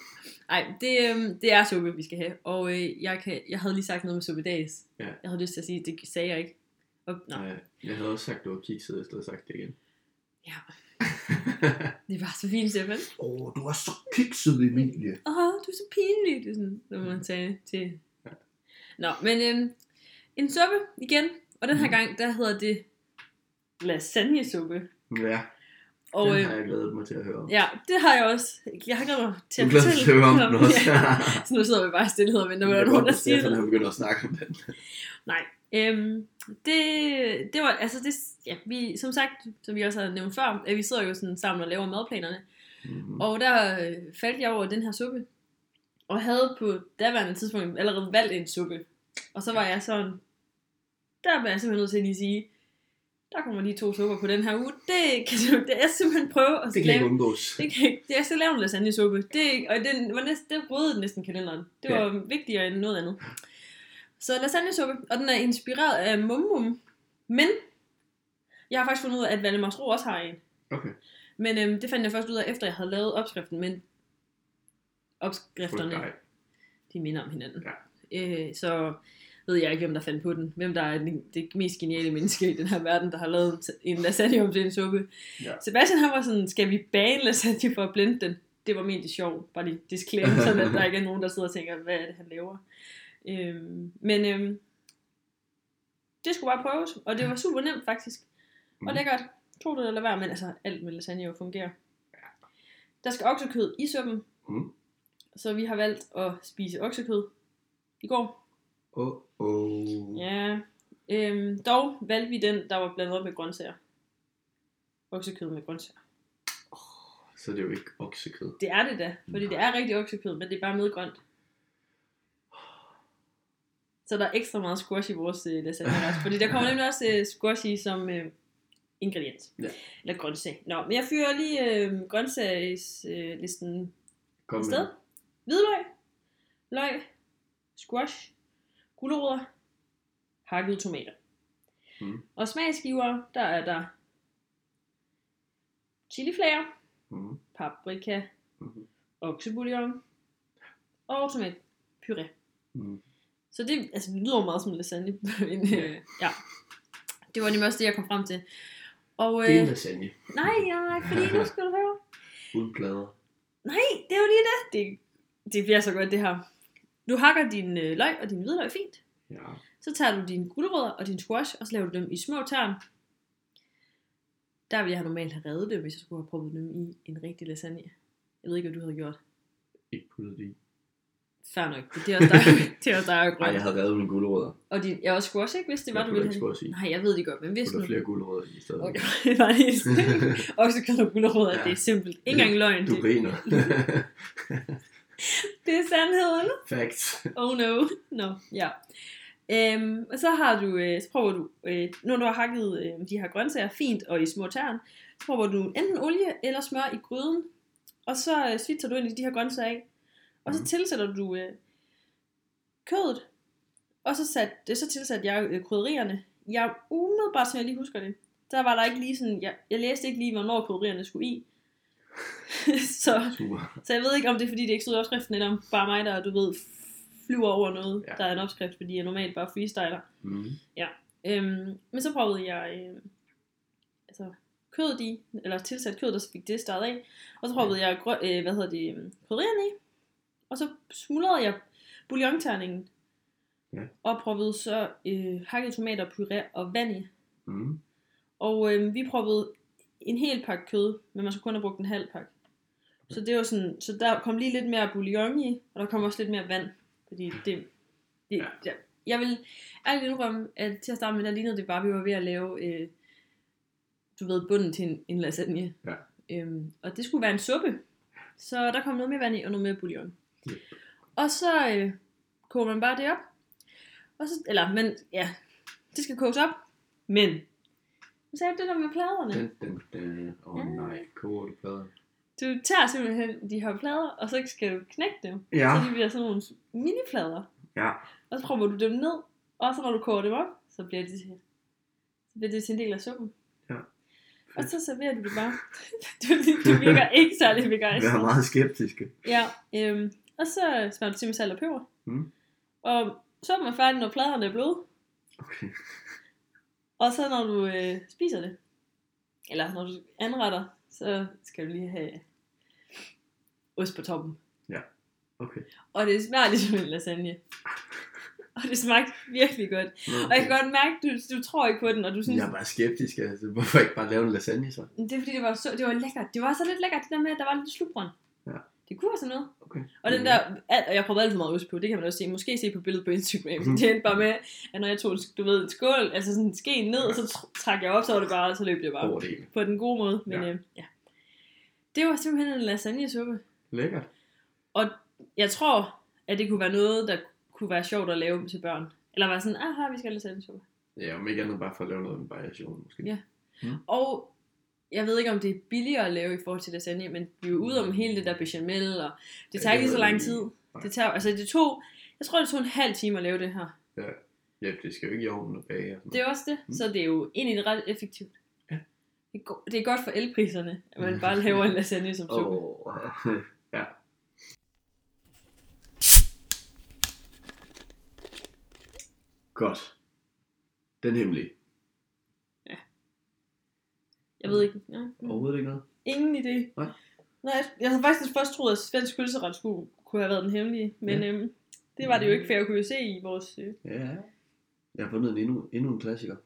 B: Nej, det, øh, det er suppe, vi skal have. Og øh, jeg, kan, jeg havde lige sagt noget med suppedags.
A: Ja.
B: Jeg havde lyst til at sige, det sagde jeg ikke. Og, nej,
A: Nej, jeg havde også sagt, at du var kikset, hvis du havde sagt det igen.
B: Ja. det var så fint, Stefan.
A: Åh, oh, du er så kikset, Emilie.
B: Åh, du er så pinlig, det er sådan, når man sagde til.
A: Mm. Ja.
B: Nå, men øhm, en suppe igen, og den her
A: Mhm.
B: gang, der hedder det lasagnesuppe.
A: Ja,
B: Og
A: den
B: øh,
A: har jeg glædet mig til at høre om.
B: ja, det har jeg også. Jeg har glædet mig til
A: Du
B: at
A: glæder dig til at høre om den også.
B: Ja. Så nu sidder vi bare i stillhed og venter,
A: Det
B: hvad der
A: er
B: er nogen,
A: godt,
B: der
A: at
B: siger
A: Stefan
B: det.
A: har begyndt at snakke om den.
B: Nej. Øhm, det, det var, altså det, ja, vi, som sagt, som vi også har nævnt før, at vi sidder jo sådan sammen og laver madplanerne.
A: Mm-hmm.
B: Og der øh, faldt jeg over den her suppe, og havde på daværende tidspunkt allerede valgt en suppe. Og så var jeg sådan, der var jeg simpelthen nødt til at lige sige, der kommer lige to supper på den her uge. Det kan du, det er simpelthen prøve at
A: Det kan ikke
B: lave.
A: undgås.
B: Det kan ikke. Det, jeg skal lave en lasagnesuppe. Det, er ikke- og den, var næsten, det rødede næsten kalenderen. Det var vigtigere end noget andet. Så lasagnesuppe, og den er inspireret af Mum Mum. Men jeg har faktisk fundet ud af, at Valdemars Ro også har en.
A: Okay.
B: Men øhm, det fandt jeg først ud af, efter jeg havde lavet opskriften, men
A: Frygt
B: opskrifterne,
A: dig.
B: de minder om hinanden. Ja. Øh, så ved jeg ikke, hvem der fandt på den. Hvem der er den, det mest geniale menneske i den her verden, der har lavet en lasagne om til en suppe.
A: Ja.
B: Sebastian han var sådan, skal vi bage en lasagne for at blende den? Det var ment i sjov, bare lige disclaimer, sådan at der ikke er nogen, der sidder og tænker, hvad er det, han laver? Øhm, men øhm, det skulle bare prøves, og det var super nemt faktisk. Mm. Og
A: Mm.
B: lækkert. Tro det eller lad være, men altså alt med lasagne jo fungerer. Der skal oksekød i suppen,
A: Mm.
B: så vi har valgt at spise oksekød i går.
A: Åh, åh.
B: Ja. Øhm, dog valgte vi den, der var blandet op med grøntsager. Oksekød med grøntsager.
A: Så er det er jo ikke oksekød.
B: Det er det da, fordi det er rigtig oksekød, men det er bare med grønt. Så der er ekstra meget squash i vores øh, lasagne også, fordi der kommer nemlig også øh, squash i som øh, ingrediens.
A: Ja.
B: Eller grøntsag. Nå, men jeg fyrer lige øh, grøntsagslisten øh, listen
A: Kom
B: Et
A: med.
B: sted. Hvidløg, løg, squash, gulerødder, hakkede tomater.
A: Mm.
B: Og smagsgiver, der er der chiliflager,
A: Mhm.
B: paprika,
A: Mhm.
B: oksebouillon og tomatpuré.
A: Mhm.
B: Så det, altså, det lyder jo meget som lasagne. Men, øh, ja. Det var nemlig også det, jeg kom frem til. Og
A: Det er
B: øh,
A: en lasagne.
B: nej, nej, nej, fordi nu skal du høre.
A: Uden plader.
B: Det er jo lige det. det. Det bliver så godt det her. Du hakker din øh, løg og din hvidløg fint.
A: Ja.
B: Så tager du dine gulerødder og din squash, og så laver du dem i små tern. Der ville jeg have normalt have reddet dem, hvis jeg skulle have proppet dem i en rigtig lasagne. Jeg ved ikke, hvad du havde gjort.
A: Ikke puttet i.
B: Fair nok. Det er også dig, det er også dig og
A: Nej, jeg
B: grønt.
A: havde revet mine gulerødder.
B: Og din, jeg også squash, ikke? Hvis det var,
A: Jeg
B: du
A: putter
B: ville
A: ikke
B: have.
A: squash i.
B: Nej, jeg ved det godt, men hvis
A: Putter
B: nu...
A: flere gulerødder i stedet.
B: Okay, det var lige sådan. Oksekød og gulerødder,
A: Ja.
B: det er simpelt. Ikke engang løgn.
A: Du
B: Det,
A: griner.
B: det er sandheden.
A: Facts.
B: Oh no. Nå, ja. Øhm, og så har du, øh, så prøver du, øh, når du har hakket øh, de her grøntsager fint og i små tern, så prøver du enten olie eller smør i gryden, og så øh, svitser du ind i de her grøntsager af, og så
A: Mhm.
B: tilsætter du øh, kødet, og så, sat, øh, så tilsatte jeg øh, krydderierne. Jeg umiddelbart, som jeg lige husker det, der var der ikke lige sådan, jeg, jeg læste ikke lige, hvornår krydderierne skulle i. så
A: Super.
B: så jeg ved ikke, om det er fordi, det ikke stod i opskriften, eller om bare mig, der, du ved, flyver over noget, ja.
A: Ja.
B: der er en opskrift, fordi jeg normalt bare freestyler.
A: Mm.
B: Øhm, men så prøvede jeg øh, altså, kødet i, eller tilsat kødet, og så fik det startet af. Og så prøvede jeg, grø- øh, hvad hedder det, øh, krydderierne i, og så smuldrede jeg bouillonterningen.
A: Ja.
B: Og prøvede så øh, hakket tomater, puré og vand i.
A: Mm.
B: Og øh, vi prøvede en hel pakke kød, men man skulle kun have brugt en halv pakke. Så det var sådan, så der kom lige lidt mere bouillon i, og der kom også lidt mere vand, fordi det, det ja.
A: Ja.
B: jeg, jeg vil ærligt indrømme, at til at starte med, der lignede det bare, at vi var ved at lave, øh, du ved, bunden til en, en lasagne.
A: Ja.
B: Øhm, og det skulle være en suppe, så der kom noget mere vand i, og noget mere bouillon.
A: Ja.
B: Og så øh, koger man bare det op, og så, eller, men ja, det skal koges op, men, så sagde du det der med pladerne.
A: Den, den, den. Åh oh, nej, koger du plader?
B: Du tager simpelthen de her plader, og så skal du knække dem.
A: Ja.
B: Så de bliver sådan nogle miniplader.
A: Ja.
B: Og så prøver du dem ned, og så når du koger dem op, så bliver det til, så bliver det til en del af suppen.
A: Ja.
B: Og så serverer du det bare. du, du virker ikke særlig
A: Vær
B: begejstret.
A: meget skeptiske.
B: Ja, øhm, og så smager du til med salt og peber.
A: Mm.
B: Og suppen er færdig, når pladerne er bløde.
A: Okay.
B: Og så når du øh, spiser det, eller når du anretter, så skal du lige have ost på toppen.
A: Okay.
B: Og det smager ligesom en lasagne. Og det smagte virkelig godt.
A: Nå,
B: Og jeg kan godt mærke, du, du tror ikke på den, og du synes,
A: Jeg er bare skeptisk, altså. Hvorfor ikke bare lave en lasagne så?
B: Men Det er fordi, det var, så, det var lækkert. Det var så lidt lækkert, det der med, at der var lidt slutbrønd.
A: Ja.
B: Det kunne være sådan noget.
A: Okay.
B: Og den der, alt, og jeg prøvede alt for meget ost på, det kan man også se. Måske se på billedet på Instagram.
A: Mhm.
B: Mm. Det endte bare med, at når jeg tog, en sk- du ved, en skål, altså sådan en ske ned, og så tr- trak jeg op, så var det bare, så løb det bare.
A: Over det hele.
B: På den gode måde, men
A: Ja.
B: ja. Øh, ja. Det var simpelthen en lasagnesuppe.
A: Lækkert.
B: Jeg tror, at det kunne være noget, der kunne være sjovt at lave til børn. Eller var sådan, aha, vi skal have lasagnesuppe.
A: Ja, om ikke andet bare for at lave noget med variation, måske.
B: Ja. Og jeg ved ikke, om det er billigere at lave i forhold til lasagne, men vi er jo ude om hele det der bechamel, og Mm. det tager ikke lige så lang tid. Det tager, altså det tog, jeg tror det tog en halv time at lave det her.
A: Ja, det skal jo ikke i ovnen og bage. Og sådan
B: Det er også det, så det er jo egentlig ret effektivt.
A: Ja.
B: Det er go- det er godt for elpriserne, at man bare laver en lasagne som suppe.
A: noget. Åh, ja. Godt. Den hemmelige.
B: Jeg ved ikke. Ja.
A: Overhovedet ikke noget.
B: Ingen idé.
A: Nej.
B: Nej, jeg- jeg havde faktisk først troet, at svensk pølseret skulle kunne have været den hemmelige, men
A: Ja.
B: øhm, det var det jo ikke, for jeg kunne jo se i vores øh,
A: Ja. Jeg har fundet en endnu, endnu en klassiker.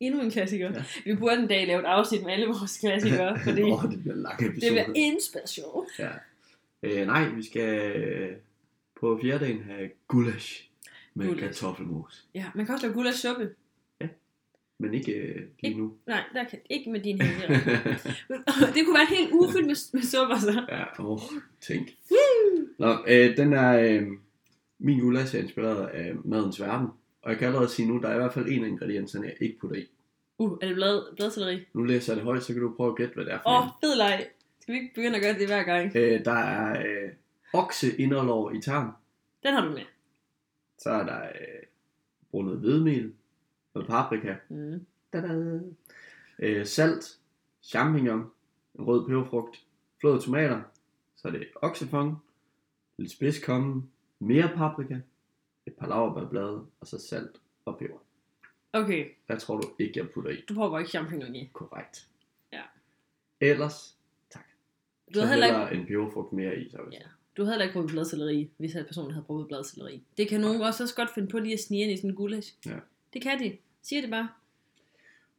B: endnu en klassiker.
A: Ja.
B: Ja. Vi burde en dag lave et afsnit med alle vores klassikere, fordi
A: Åh, det bliver en lang
B: det
A: episode.
B: bliver en special.
A: Ja. Øh, nej, vi skal øh, på fjerdedagen have gulasch med
B: Gulasch.
A: kartoffelmos.
B: Ja, man kan også lave gulassuppe.
A: Men ikke øh, lige nu.
B: Nej, der kan ikke med din hænder. det kunne være en hel uge fyldt med, med altså. supper, så.
A: ja, åh, tænk. Nå, øh, den er, øh, min gulasch er inspireret af madens verden. Og jeg kan allerede sige nu, der er i hvert fald en af ingredienserne, jeg ikke putter i.
B: Uh, er det blad, bladcelleri?
A: Nu læser jeg det højt, så kan du prøve at gætte, hvad det er for
B: Åh, oh,
A: en.
B: fed leg. Skal vi ikke begynde at gøre det hver gang?
A: Øh, der er øh, okseindrelår i tarm.
B: Den har du med.
A: Så er der øh, brunet hvedemel, noget paprika,
B: Mm.
A: Da-da. Øh, salt, champignon, en rød peberfrugt, flåede tomater, så er det oksefong, lidt spidskomme, mere paprika, et par laverbærblade, og så salt og peber.
B: Okay,
A: Hvad tror du ikke, jeg putter i?
B: du prøver bare ikke champignon i.
A: Korrekt.
B: Ja.
A: Ellers,
B: Du
A: så
B: havde heller ikke,
A: ikke... en peberfrugt mere i, så vil jeg
B: Ja. du havde heller ikke brugt bladcelleri, i, hvis at personen havde brugt bladcelleri. Det kan nogen også, også godt finde på lige at snige ind i sådan en gulasch.
A: Ja.
B: Det kan de. Siger det bare.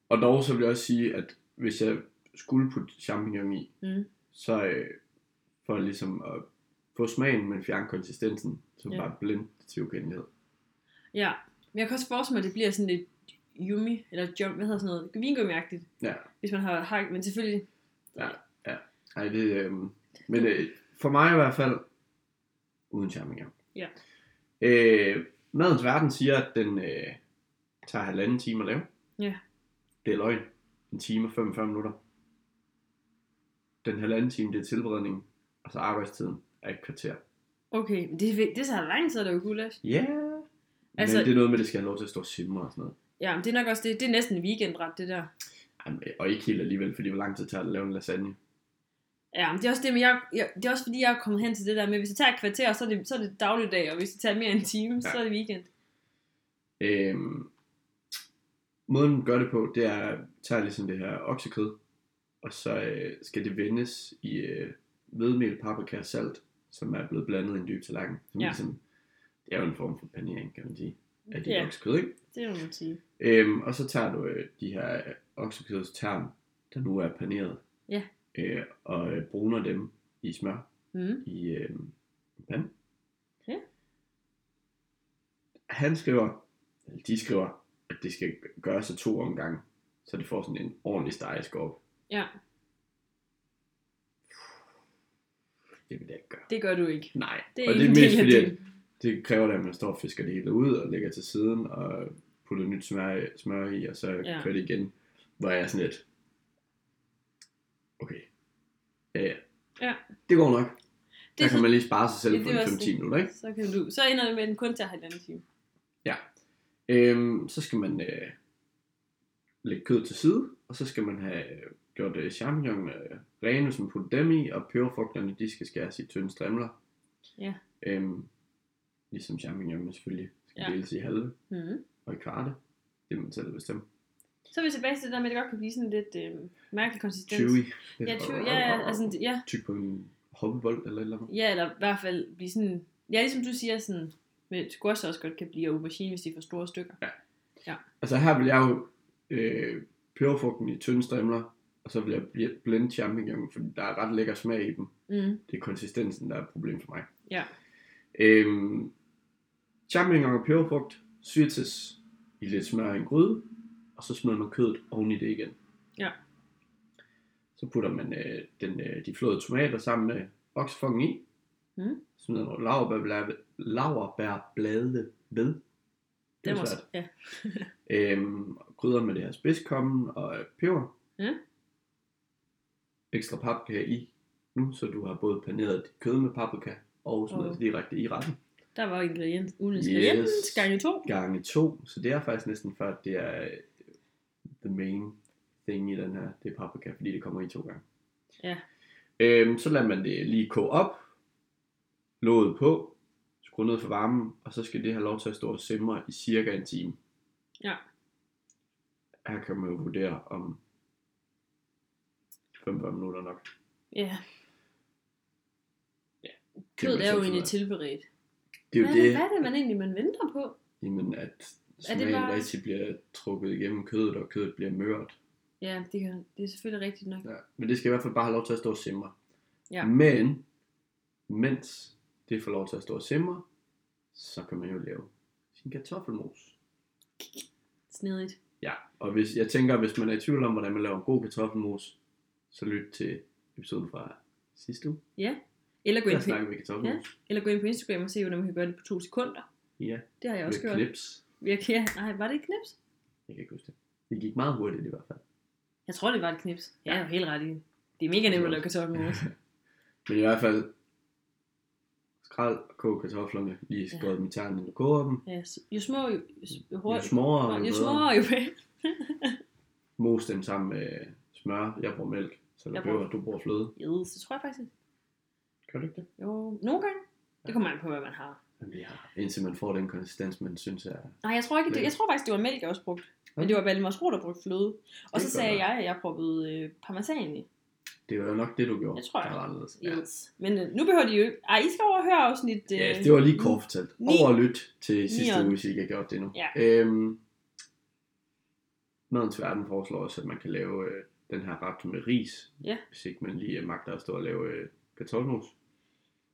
A: Og dog så vil jeg også sige, at hvis jeg skulle putte champignon i,
B: Mm.
A: så øh, for ligesom at få smagen, men fjerne konsistensen, så
B: Ja.
A: bare blend det til ukendelighed.
B: Ja, men jeg kan også forestille mig, at det bliver sådan lidt yummy, eller jump, hvad hedder sådan noget, vingummiagtigt,
A: Ja.
B: hvis man har hak, men selvfølgelig,
A: Nej, det, øh, men øh, for mig i hvert fald, uden charminger.
B: Ja.
A: Øh, madens verden siger, at den øh, tager halvanden time at lave.
B: Ja.
A: Det er løgn. En time og 45 minutter. Den halvanden time, det er tilberedningen, og så arbejdstiden er et kvarter.
B: okay, men det, er vi- det tager lang tid at lave gulasch.
A: Ja. Yeah. Altså,
B: Altså-
A: men det er noget med, at det skal have lov til at stå og simre og sådan noget.
B: Ja, men det er nok også det, det er næsten en weekendret, det der.
A: Ej, men, og ikke helt alligevel, fordi hvor lang tid tager det at lave en lasagne?
B: Ja, men det er også det, men jeg, jeg, det er også fordi, jeg er kommet hen til det der med, at hvis det tager et kvarter, så er det, så er det dagligdag, og hvis det tager mere end en time, ja. så er det weekend.
A: Øhm, måden den gør det på, det er, at tager ligesom det her oksekød, og så øh, skal det vendes i øh, hvedemel, paprika og salt, som er blevet blandet i en dyb tallerken. Som ja.
B: Ja.
A: ligesom, det er jo en form for panering, kan man sige, af dit
B: Ja.
A: oksekød, ikke?
B: Det må man sige.
A: Øhm, og så tager du øh, de her øh, oksekødets tern, der nu er paneret,
B: Ja.
A: øh, og øh, bruner dem i smør
B: Mm.
A: i øh, en pande.
B: Ja.
A: Han skriver, eller de skriver, at det skal gøres af to omgange, så det får sådan en ordentlig stegeskorp.
B: Ja.
A: Det vil jeg ikke gøre.
B: Det gør du ikke.
A: Nej,
B: Det er
A: og
B: ikke
A: det er
B: en
A: mest
B: del af
A: fordi, at
B: din-
A: det kræver, at man står og fisker det hele ud og lægger til siden og putter nyt smør, smør i, og så ja.
B: Ja.
A: kører det igen. Hvor jeg er sådan lidt, okay, ja, ja.
B: Ja.
A: Det går nok.
B: Det
A: Der
B: er
A: kan man lige spare sig
B: Ja,
A: selv
B: det
A: for
B: er
A: en
B: også
A: 5-10
B: det.
A: minutter, ikke?
B: Så, kan du, så ender det med den kun til halvanden time.
A: Øhm, så skal man øh, lægge kød til side, og så skal man have øh, gjort øh, champignon øh, rene, som putter dem i, og peberfrugterne, de skal skæres i tynde strimler.
B: Ja.
A: Øhm, ligesom champignonen selvfølgelig skal
B: Ja.
A: ja. deles i halve
B: Mm.
A: og i kvarte. Det er man selv bestemt.
B: Så er vi tilbage til det der med, at det godt kan blive sådan lidt øh, mærkelig konsistens.
A: 20.
B: Ja, 20. Ja, ja, altså, ja,
A: Tyk på en hoppebold eller et eller andet.
B: Ja, eller i hvert fald blive sådan... Ja, ligesom du siger, sådan, med squash også godt kan blive og aubergine, hvis de er for store stykker.
A: Altså her vil jeg jo øh, peberfrugten i tynde strimler, og så vil jeg bl- blende champignon, fordi der er ret lækker smag i dem.
B: Mm.
A: Det er konsistensen, der er et problem for mig.
B: Ja.
A: Øhm, champignon og peberfrugt syltes i lidt smør i en gryde, og så smider man kødet oven i det igen.
B: Ja.
A: Så putter man øh, den, øh, de flåede tomater sammen med oksefongen i.
B: Mm.
A: Smider nogle lauerbærblade, lauerbærblade ved.
B: Det
A: er
B: var
A: svært.
B: ja.
A: Øhm, og krydder med det her spidskommen og øh, peber.
B: Ja.
A: Ekstra paprika i nu, så du har både paneret dit kød med paprika og smider
B: Og-
A: det direkte i retten.
B: Der var ingrediens, ugen
A: Yes.
B: ingrediens, gange to.
A: Gange to, så det er faktisk næsten før, at det er øh, the main thing i den her, det er paprika, fordi det kommer i to gange.
B: Ja.
A: Øhm, så lader man det lige koge op, låget på, skru ned for varmen, og så skal det have lov til at stå og simre i cirka en time.
B: Ja.
A: Her kan man jo vurdere om 45 minutter nok.
B: Ja,
A: Det kan
B: kødet
A: man
B: er
A: selv
B: jo
A: finde ud
B: egentlig
A: af.
B: tilberedt.
A: Det er jo
B: hvad,
A: det,
B: hvad er det, man egentlig man venter på?
A: jamen, at
B: Er det
A: smagen
B: bare-
A: rigtig bliver trukket igennem kødet, og kødet bliver mørt.
B: Ja, det, kan, det er selvfølgelig rigtigt nok.
A: Ja, men det skal i hvert fald bare have lov til at stå og simre.
B: Ja.
A: Men, mens det får lov til at stå og simre, så kan man jo lave sin kartoffelmos.
B: Snedigt.
A: Ja, og hvis, jeg tænker, hvis man er i tvivl om, hvordan man laver en god kartoffelmos, så lyt til episoden fra sidste uge.
B: Eller gå,
A: Der
B: ind på,
A: snakker vi kartoffelmos.
B: eller gå ind på Instagram og se, hvordan man kan gøre det på to sekunder.
A: Ja,
B: Det har jeg også
A: med
B: gjort.
A: knips.
B: Virkelig, ja. Nej, var det et knips?
A: Jeg kan ikke huske det. Det gik meget hurtigt i hvert fald.
B: Jeg tror, det var et knips. Jeg
A: Ja.
B: er jo helt ret i det. Det er mega nemt at lave kartoffelmos.
A: Men i hvert fald, skrald og kog kartoflerne, lige skåret dem i ternen, når du koger dem.
B: Ja, så- jo små, jo, jo,
A: Jo
B: hurtigt.
A: smorere,
B: Jo
A: bedre.
B: små, jo bedre.
A: mos dem sammen med smør. Jeg bruger mælk, så du
B: Jeg bruger-
A: bruger, du bruger fløde.
B: Yes, det tror jeg faktisk.
A: Kan du ikke det?
B: Jo, nogle gange. Det kommer an på, hvad man har.
A: Jamen, ja. Indtil man får den konsistens, man synes er...
B: Nej, jeg tror ikke, det, jeg tror faktisk, det var mælk, jeg også brugte. Men det var Valdemars Rå, der brugte fløde. Og
A: Det
B: så
A: kan
B: sagde
A: godt være.
B: jeg, at jeg proppede øh, parmesan i.
A: Det var jo nok det, du gjorde.
B: Jeg tror,
A: det
B: jeg-
A: var anderledes. Ja.
B: Yes. Men øh, nu behøver de jo ikke... Ej, I skal overhøre afsnit... Øh,
A: ja, det var lige kort fortalt.
B: Ni-
A: Over lyt til sidste
B: Nieren.
A: uge, hvis I ikke har gjort det nu.
B: Ja.
A: Øhm, Madens Verden foreslår også, at man kan lave øh, den her ret med ris.
B: Ja.
A: Hvis ikke man lige øh, magter at stå og lave øh, kartoffelmos.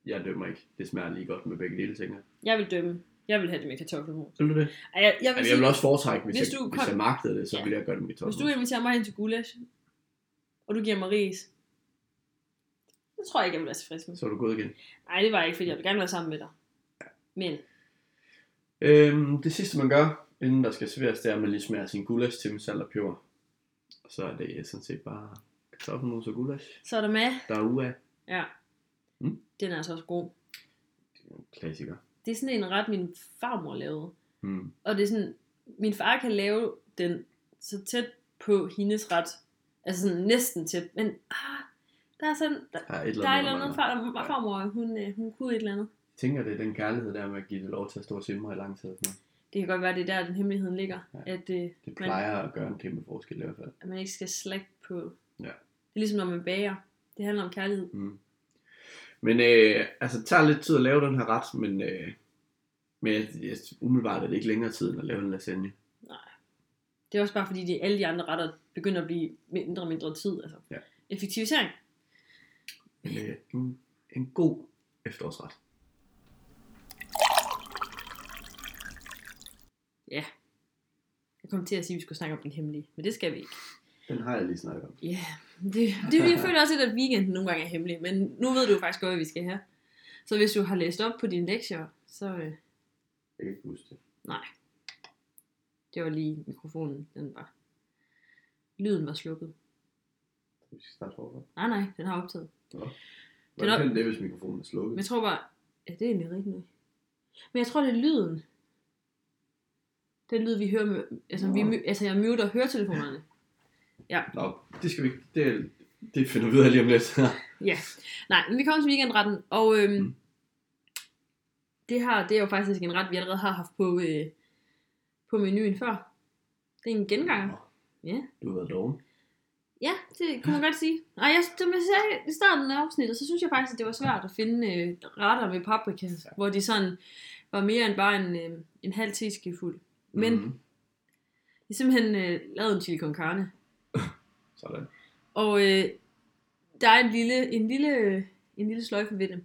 A: Jeg dømmer ikke. Det smager lige godt med begge dele, tænker jeg.
B: Jeg vil dømme. Jeg vil have det med kartoffelmos.
A: Vil du det?
B: Ej, jeg, jeg, vil
A: Jamen,
B: sige,
A: jeg vil også foretrække, hvis,
B: hvis
A: hvis, jeg,
B: du
A: hvis
B: kom-
A: jeg magtede det, så
B: Ja.
A: ja. ville jeg gøre det med kartoffelmos.
B: Hvis du inviterer mig hen til gulasch, og du giver mig ris, så tror jeg ikke, jeg vil være tilfreds med.
A: Så er du gået igen.
B: Nej, det var jeg ikke, fordi jeg vil gerne være sammen med dig. Men
A: Øhm, det sidste man gør, inden der skal serveres, det er, at man lige smager sin gulasch til med salt og peber. Og så er det øh, sådan set bare kartoffelmos og gulasch.
B: så er der med.
A: Der er uaf.
B: Ja.
A: Mm.
B: Den er altså også god.
A: Det er en klassiker.
B: Det er sådan en ret, min farmor lavede.
A: Mm.
B: Og det er sådan, min far kan lave den så tæt på hendes ret. Altså sådan næsten tæt. Men ah, der er sådan, der,
A: Der er et eller andet.
B: der er et eller
A: mangler.
B: andet. Far, der- farmor, hun, øh, hun kunne et eller andet.
A: Jeg tænker, det er den kærlighed der med at give det lov til at stå og simre i lang tid. og sådan noget.
B: Det kan godt være, det er der, den hemmeligheden ligger.
A: Ja.
B: At, øh,
A: Det
B: Men-
A: plejer at gøre en kæmpe forskel i hvert fald.
B: at man ikke skal slække på.
A: Ja.
B: Det er ligesom, når man bager. Det handler om kærlighed.
A: Mm. Men øh, altså, det tager lidt tid at lave den her ret, men, øh, men jeg, jeg, umiddelbart er det ikke længere tid end at lave en lasagne.
B: Det er også bare fordi, de, alle de andre retter begynder at blive mindre og mindre tid. Altså.
A: Ja.
B: Effektivisering.
A: Men øh, en, en god efterårsret.
B: Jeg kom til at sige, at vi skulle snakke om den hemmelige, men det skal vi ikke.
A: Den har jeg lige snakket om.
B: Ja, yeah, det, det, jeg føler også lidt, at weekenden nogle gange er hemmelig, men nu ved du faktisk godt, hvad vi skal have. Så hvis du har læst op på dine lektier, så øh,
A: Jeg kan ikke huske det.
B: nej. Det var lige mikrofonen, den var. Lyden var slukket.
A: Vi skal starte forfra.
B: Nej, nej, den har optaget.
A: Nå.
B: er
A: Hvordan
B: nok-
A: kan det, hvis mikrofonen er slukket?
B: Men jeg tror bare, ja, det er egentlig rigtigt nok. Men jeg tror, det er lyden. Den lyd, vi hører med, altså, vi,
A: Nå.
B: mu- altså jeg muter høretelefonerne.
A: Nå, det skal vi ikke. Det, det finder vi ud af lige om lidt.
B: Ja. Nej, men vi kommer til weekendretten, og øhm,
A: Mm.
B: mm. det her, det er jo faktisk en ret, vi allerede har haft på, øh, på menuen før. Det er en genganger. Ja.
A: Du har været doven.
B: Ja, det kunne man godt sige. Og jeg, som jeg sagde i starten af afsnittet, så synes jeg faktisk, at det var svært at finde øh, retter med paprika, ja. hvor de sådan var mere end bare en, øh, en halv teskefuld. Men
A: Mhm.
B: Jeg har simpelthen øh, lavet en chili con carne.
A: Sådan.
B: Og øh, der er en lille, en, lille, øh, en lille sløjfe ved det.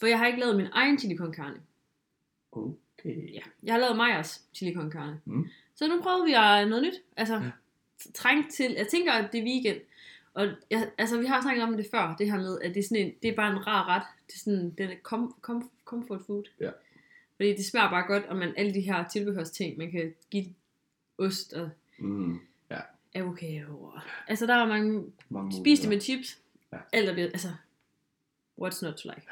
B: For jeg har ikke lavet min egen chili con carne.
A: Okay.
B: Ja. Jeg har lavet Majas chili con carne.
A: Mm.
B: Så nu prøvede vi at noget nyt. Altså,
A: Ja.
B: ja. trængt til. Jeg tænker, at det er weekend. Og jeg, altså, vi har snakket om det før, det her med, at det er, sådan en, det er bare en rar ret. Det er sådan, den er com, com, comfort food.
A: Ja.
B: Fordi det smager bare godt, og man alle de her tilbehørsting, man kan give ost og
A: Mm.
B: avocado. og- Altså, der er mange
A: Mange
B: Spis det med
A: muligheder.
B: chips.
A: Ja.
B: Ja. Eller bliver, altså, what's not to like.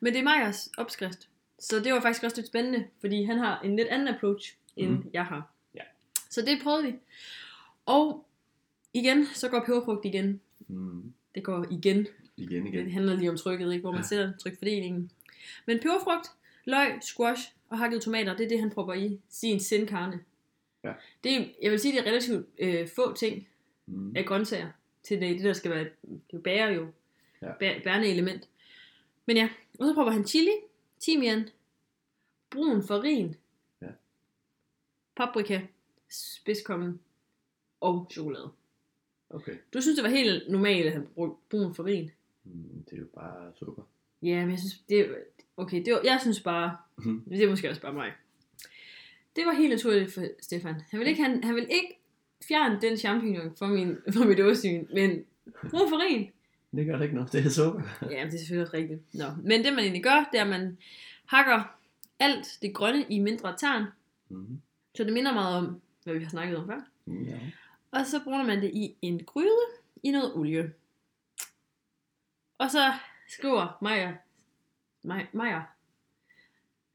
B: Men det er Majas opskrift. Så det var faktisk også lidt spændende, fordi han har en lidt anden approach, end
A: Mhm.
B: mm. jeg har.
A: Ja.
B: Så det prøvede vi. Og igen, så går peberfrugt igen.
A: Mm.
B: Det går igen.
A: Igen igen.
B: Det handler lige om trykket, ikke? hvor man
A: Ja.
B: sætter trykfordelingen. Men peberfrugt, løg, squash og hakket tomater, det er det, han propper i sin sindkarne.
A: Ja.
B: Det er, jeg vil sige, det er relativt øh, få ting,
A: Mm.
B: af grøntsager til det, det der skal være, det er jo bærer jo,
A: Ja.
B: ja. bæ, bærende element. Men ja, og så prøver han chili, timian, brun farin,
A: Ja.
B: paprika, spidskommen og chokolade.
A: Okay.
B: Du synes, det var helt normalt, at han brugte brun farin?
A: Mm. Det er jo bare sukker.
B: Ja, men jeg synes, det, okay, det var, jeg synes bare,
A: Mhm.
B: det er måske også bare mig. Det var helt naturligt for Stefan. Han ville ikke, han, han ville ikke fjerne den champignon fra, min, fra mit åsyn, men brun farin.
A: Det gør det ikke noget. Det er sukker.
B: Ja, det er selvfølgelig også rigtigt. Nå. Men det man egentlig gør, det er, at man hakker alt det grønne i mindre tern,
A: Mm.
B: så det minder meget om, hvad vi har snakket om før.
A: Ja.
B: Og så bruger man det i en gryde i noget olie. Og så skriver Maja, Maja, Maja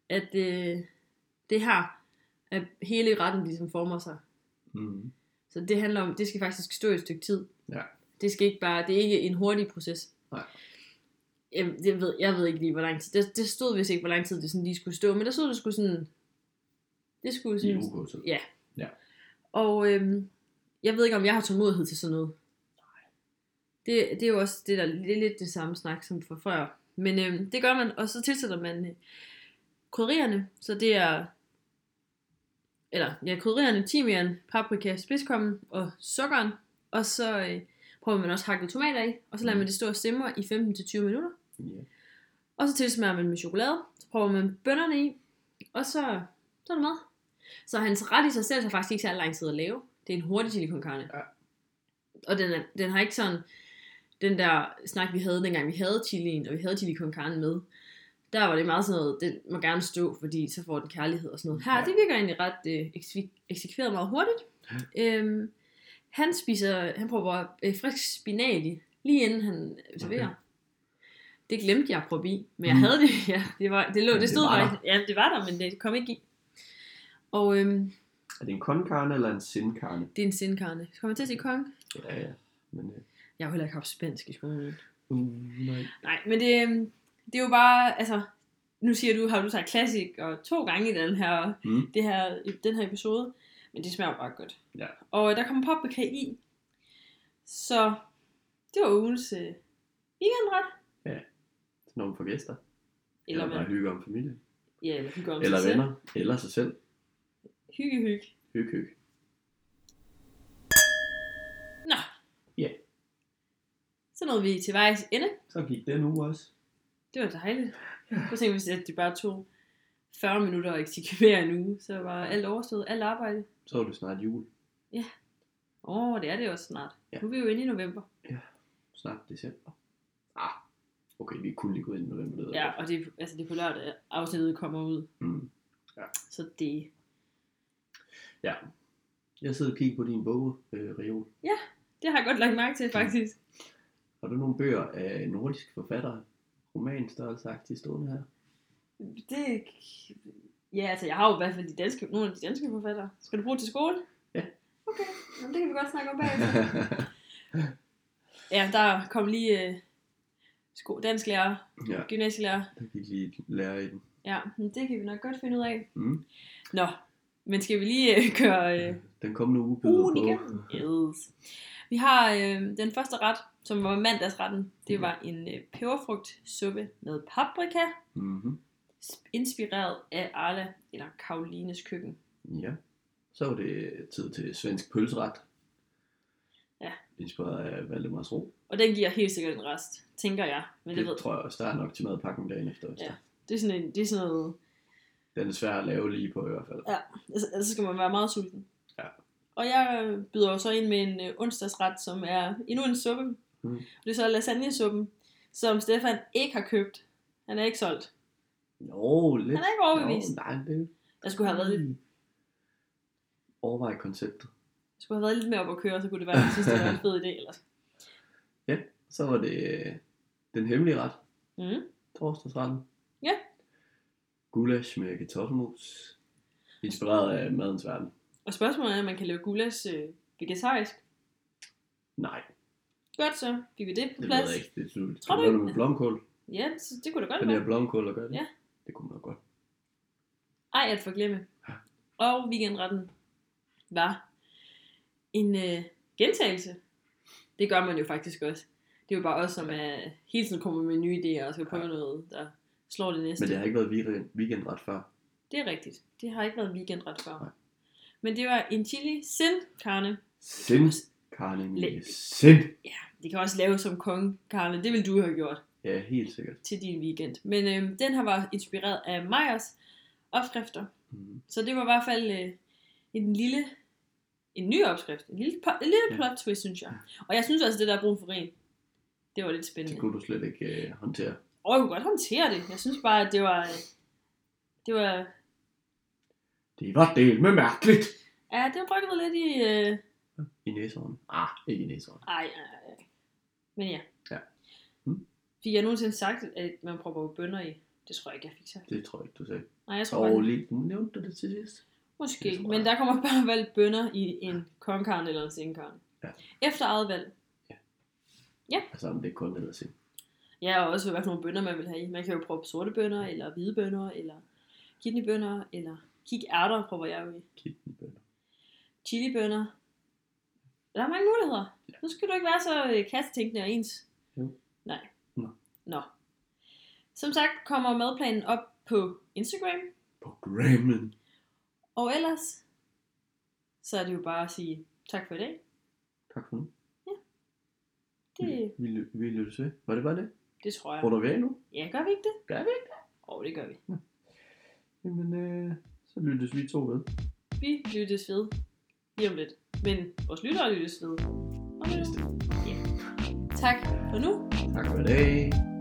B: at øh, det her, at hele retten ligesom former sig.
A: Mm.
B: Så det handler om, det skal faktisk stå et stykke tid.
A: Ja.
B: Det skal ikke bare, det er ikke en hurtig proces.
A: Nej.
B: Jeg, jeg, ved, jeg ved ikke lige, hvor lang tid. Det, det stod vist ikke, hvor lang tid det sådan lige skulle stå, men der stod, det skulle sådan... Det skulle
A: I
B: sådan...
A: UK til.
B: Ja. Og øhm, jeg ved ikke, om jeg har tålmodighed til sådan noget. Det, det er jo også det, der det er lidt det samme snak som for før. Men øhm, det gør man, og så tilsætter man øh, krydderierne. Så det er, eller ja, krydderierne, timian, paprika, spidskommen og sukkeren. Og så øh, prøver man også hakket tomater i, og så lader
A: Mm.
B: man det stå og simre i 15-20 minutter.
A: ja.
B: Og så tilsmager man med chokolade, så prøver man bønnerne i, og så, så er det mad. Så hans ret i sig selv tager faktisk ikke særlig lang tid at lave. Det er en hurtig chili con carne.
A: Ja.
B: Og den, er, den har ikke sådan den der snak, vi havde dengang vi havde chilien, og vi havde chili con carne med. Der var det meget sådan noget, den må gerne stå, fordi så får den kærlighed og sådan noget. Her,
A: Ja.
B: ja. det virker egentlig ret øh, ekse- eksekveret meget hurtigt. Ja. Øhm, han spiser, han prøver øh, frisk spinat i, lige inden han serverer.
A: Okay.
B: Okay. Det glemte jeg at proppe i, men jeg
A: Mm.
B: havde det, ja, det, var, det,
A: Men
B: lå, det,
A: det
B: det stod
A: var der.
B: faktisk, ja, det var der, men det kom ikke i. Og øhm,
A: Er det en konkarne eller en sindkarne?
B: det er en sindkarne. Kommer jeg til at sige kong?
A: Ja, ja. Men, øh,
B: Jeg har jo heller ikke haft spansk i skolen.
A: uh, nej.
B: Nej, men det, øhm, det er jo bare, altså, nu siger du, har du sagt klassik og to gange i den her,
A: Mm.
B: mm. det her, i den her episode, men det smager bare godt.
A: Ja.
B: Og øh, der kommer paprika i, så det var ugens øh, weekendret.
A: Sådan nogen for gæster. Eller,
B: Eller,
A: eller bare
B: man,
A: hygge om familie.
B: ja, eller hygge om
A: Eller
B: sig
A: venner. Eller sig selv.
B: Selv. Hygge, hygge.
A: Hygge, hygge.
B: Nå.
A: Ja.
B: Så nåede vi til vejs ende.
A: Så gik den uge også.
B: Det var dejligt. Så tænkte vi, at det bare tog 40 minutter at eksekvere en uge, så var alt overstået, alt arbejde.
A: Så er det snart jul.
B: Åh, oh, det er det også snart.
A: Ja.
B: Ja. Nu er vi jo inde i november.
A: Snart december. Ah, okay, vi kunne lige gå ind i november. Det ved jeg
B: Ja, og det, er- altså det er på lørdag, at afsnittet kommer ud.
A: godt. Mm.
B: Så det...
A: Jeg sidder og kigger på din bog, øh, Rio.
B: Det har jeg godt lagt mærke til, faktisk.
A: Har du nogle bøger af nordiske forfattere? Romanstørrelseagtige stående her.
B: Det... Ja, altså jeg har jo i hvert fald de danske, nogle af de danske forfattere. Skal du bruge til skole?
A: Ja.
B: Okay, Jamen, det kan vi godt snakke om bagefter. ja, der kom lige øh, sko- dansklærer,
A: ja,
B: gymnasielærer.
A: der gik lige lære i den.
B: Ja, men det kan vi nok godt finde ud af.
A: Mm.
B: Nå, men skal vi lige øh, køre øh,
A: Den kommende uge byder
B: ugen
A: på.
B: igennem? Yes. Vi har øh, den første ret, som var mandagsretten. Det
A: Mm.
B: var en øh, peberfrugtsuppe med paprika,
A: Mm-hmm.
B: inspireret af Arla eller Karolines køkken.
A: Ja. Så var det tid til svensk pølseret.
B: Ja.
A: Inspireret af Valdemars Ro.
B: Og den giver helt sikkert en rest, tænker jeg. Men det,
A: Det
B: ved,
A: tror jeg også, der er nok til madpakken dagen efter. hvis
B: Ja.
A: der-
B: det er sådan, en, det er sådan noget...
A: Den er svær at lave lige på i hvert fald.
B: Altså, altså skal man være meget sulten.
A: Ja.
B: Og jeg øh, byder jo så ind med en øh, onsdagsret, som er endnu en suppe.
A: Mm.
B: Og det er så lasagnesuppen, som Stefan ikke har købt. Han er ikke solgt.
A: Nå, lidt.
B: Han er ikke overbevist.
A: Nå, nej, det
B: Jeg skulle have været lidt,
A: Overvej Hmm. konceptet.
B: jeg skulle have været lidt mere op at køre, så kunne det være, at jeg synes, det var en fed idé. Ellers.
A: Så var det øh, den hemmelige ret.
B: Mm.
A: Torsdagsretten.
B: Ja.
A: Gulasch med kartoffelmos. Inspireret af madens verden.
B: Og spørgsmålet er, om man kan lave gulas øh, vegetarisk.
A: Nej,
B: Godt så, fik vi det på
A: det ved
B: plads.
A: jeg ikke. Det er sådan,
B: Tror
A: Tror
B: du
A: du
B: ikke?
A: med blomkål.
B: Ja, så det kunne da godt
A: Den
B: være.
A: her blomkål og gør det.
B: Ja.
A: Det kunne man godt.
B: Ej at forglemme.
A: Ja.
B: Og weekendretten var en øh, gentagelse. Det gør man jo faktisk også. Det er jo bare os, som er, hele tiden kommer med nye idéer og skal prøve
A: Ja.
B: noget, der slår det næste.
A: Men det har ikke været weekend- weekendret før.
B: det er rigtigt. Det har ikke været weekendret før.
A: Nej.
B: Men det var en chili sin carne.
A: Sind, Karne Emilie. Sind.
B: Det kan også laves som kong carne. Det ville du have gjort
A: Ja, helt sikkert.
B: til din weekend. Men øh, den her var inspireret af Meyers opskrifter.
A: Mm.
B: Så det var i hvert fald øh, en lille, en ny opskrift. En lille, po- en lille
A: Ja.
B: plot twist, synes jeg. Og jeg synes også, det der brug for ren, det var lidt
A: Det
B: spændende.
A: kunne du slet ikke øh, håndtere.
B: Og jeg kunne godt håndtere det. Jeg synes bare, at det var, øh, det var,
A: Det var del med mærkeligt.
B: ja, det var brygget lidt i, øh,
A: I næseren. Ah, ikke i næseren.
B: ej, ej, ej. Men ja.
A: Ja. Mm.
B: Fik jeg nogensinde sagt, at man prøver jo bønner i? Det tror jeg ikke, jeg fik sagt.
A: Det tror jeg ikke, du sagde.
B: Nej, jeg tror
A: Og
B: bare,
A: lige, nævnte du det til sidst?
B: måske.
A: det tror
B: men
A: jeg.
B: der kommer bare valgt bønner i en konkarn eller en senkarn.
A: Ja.
B: Efter eget valg.
A: Altså, om det kun hedder sind.
B: Ja, og også hvad for nogle bønner man vil have i. Man kan jo prøve sorte bønner, eller hvide bønner, eller kidneybønner, eller kikærter, prøver jeg jo i.
A: Kidneybønner.
B: Chilibønner. Der er mange muligheder.
A: Ja.
B: Nu skal du ikke være så øh, kastetænkende og ens.
A: Jo.
B: Nej.
A: Nå.
B: Nå. Som sagt kommer madplanen op på Instagram,
A: På Gremlin.
B: og ellers så er det jo bare at sige tak for i dag.
A: Tak for nu.
B: Det,
A: Vi, vi, vi lyttes ved. Var det bare det?
B: det tror jeg.
A: Runder vi af nu?
B: Ja, gør vi ikke det?
A: Gør vi
B: ikke det? Åh, oh, det gør vi.
A: Jamen, øh, så lyttes vi to ved.
B: Vi lyttes ved lige om lidt. Men vores lyttere lyttes ved. Og nu.
A: Næste.
B: Tak for nu.
A: Tak for i dag.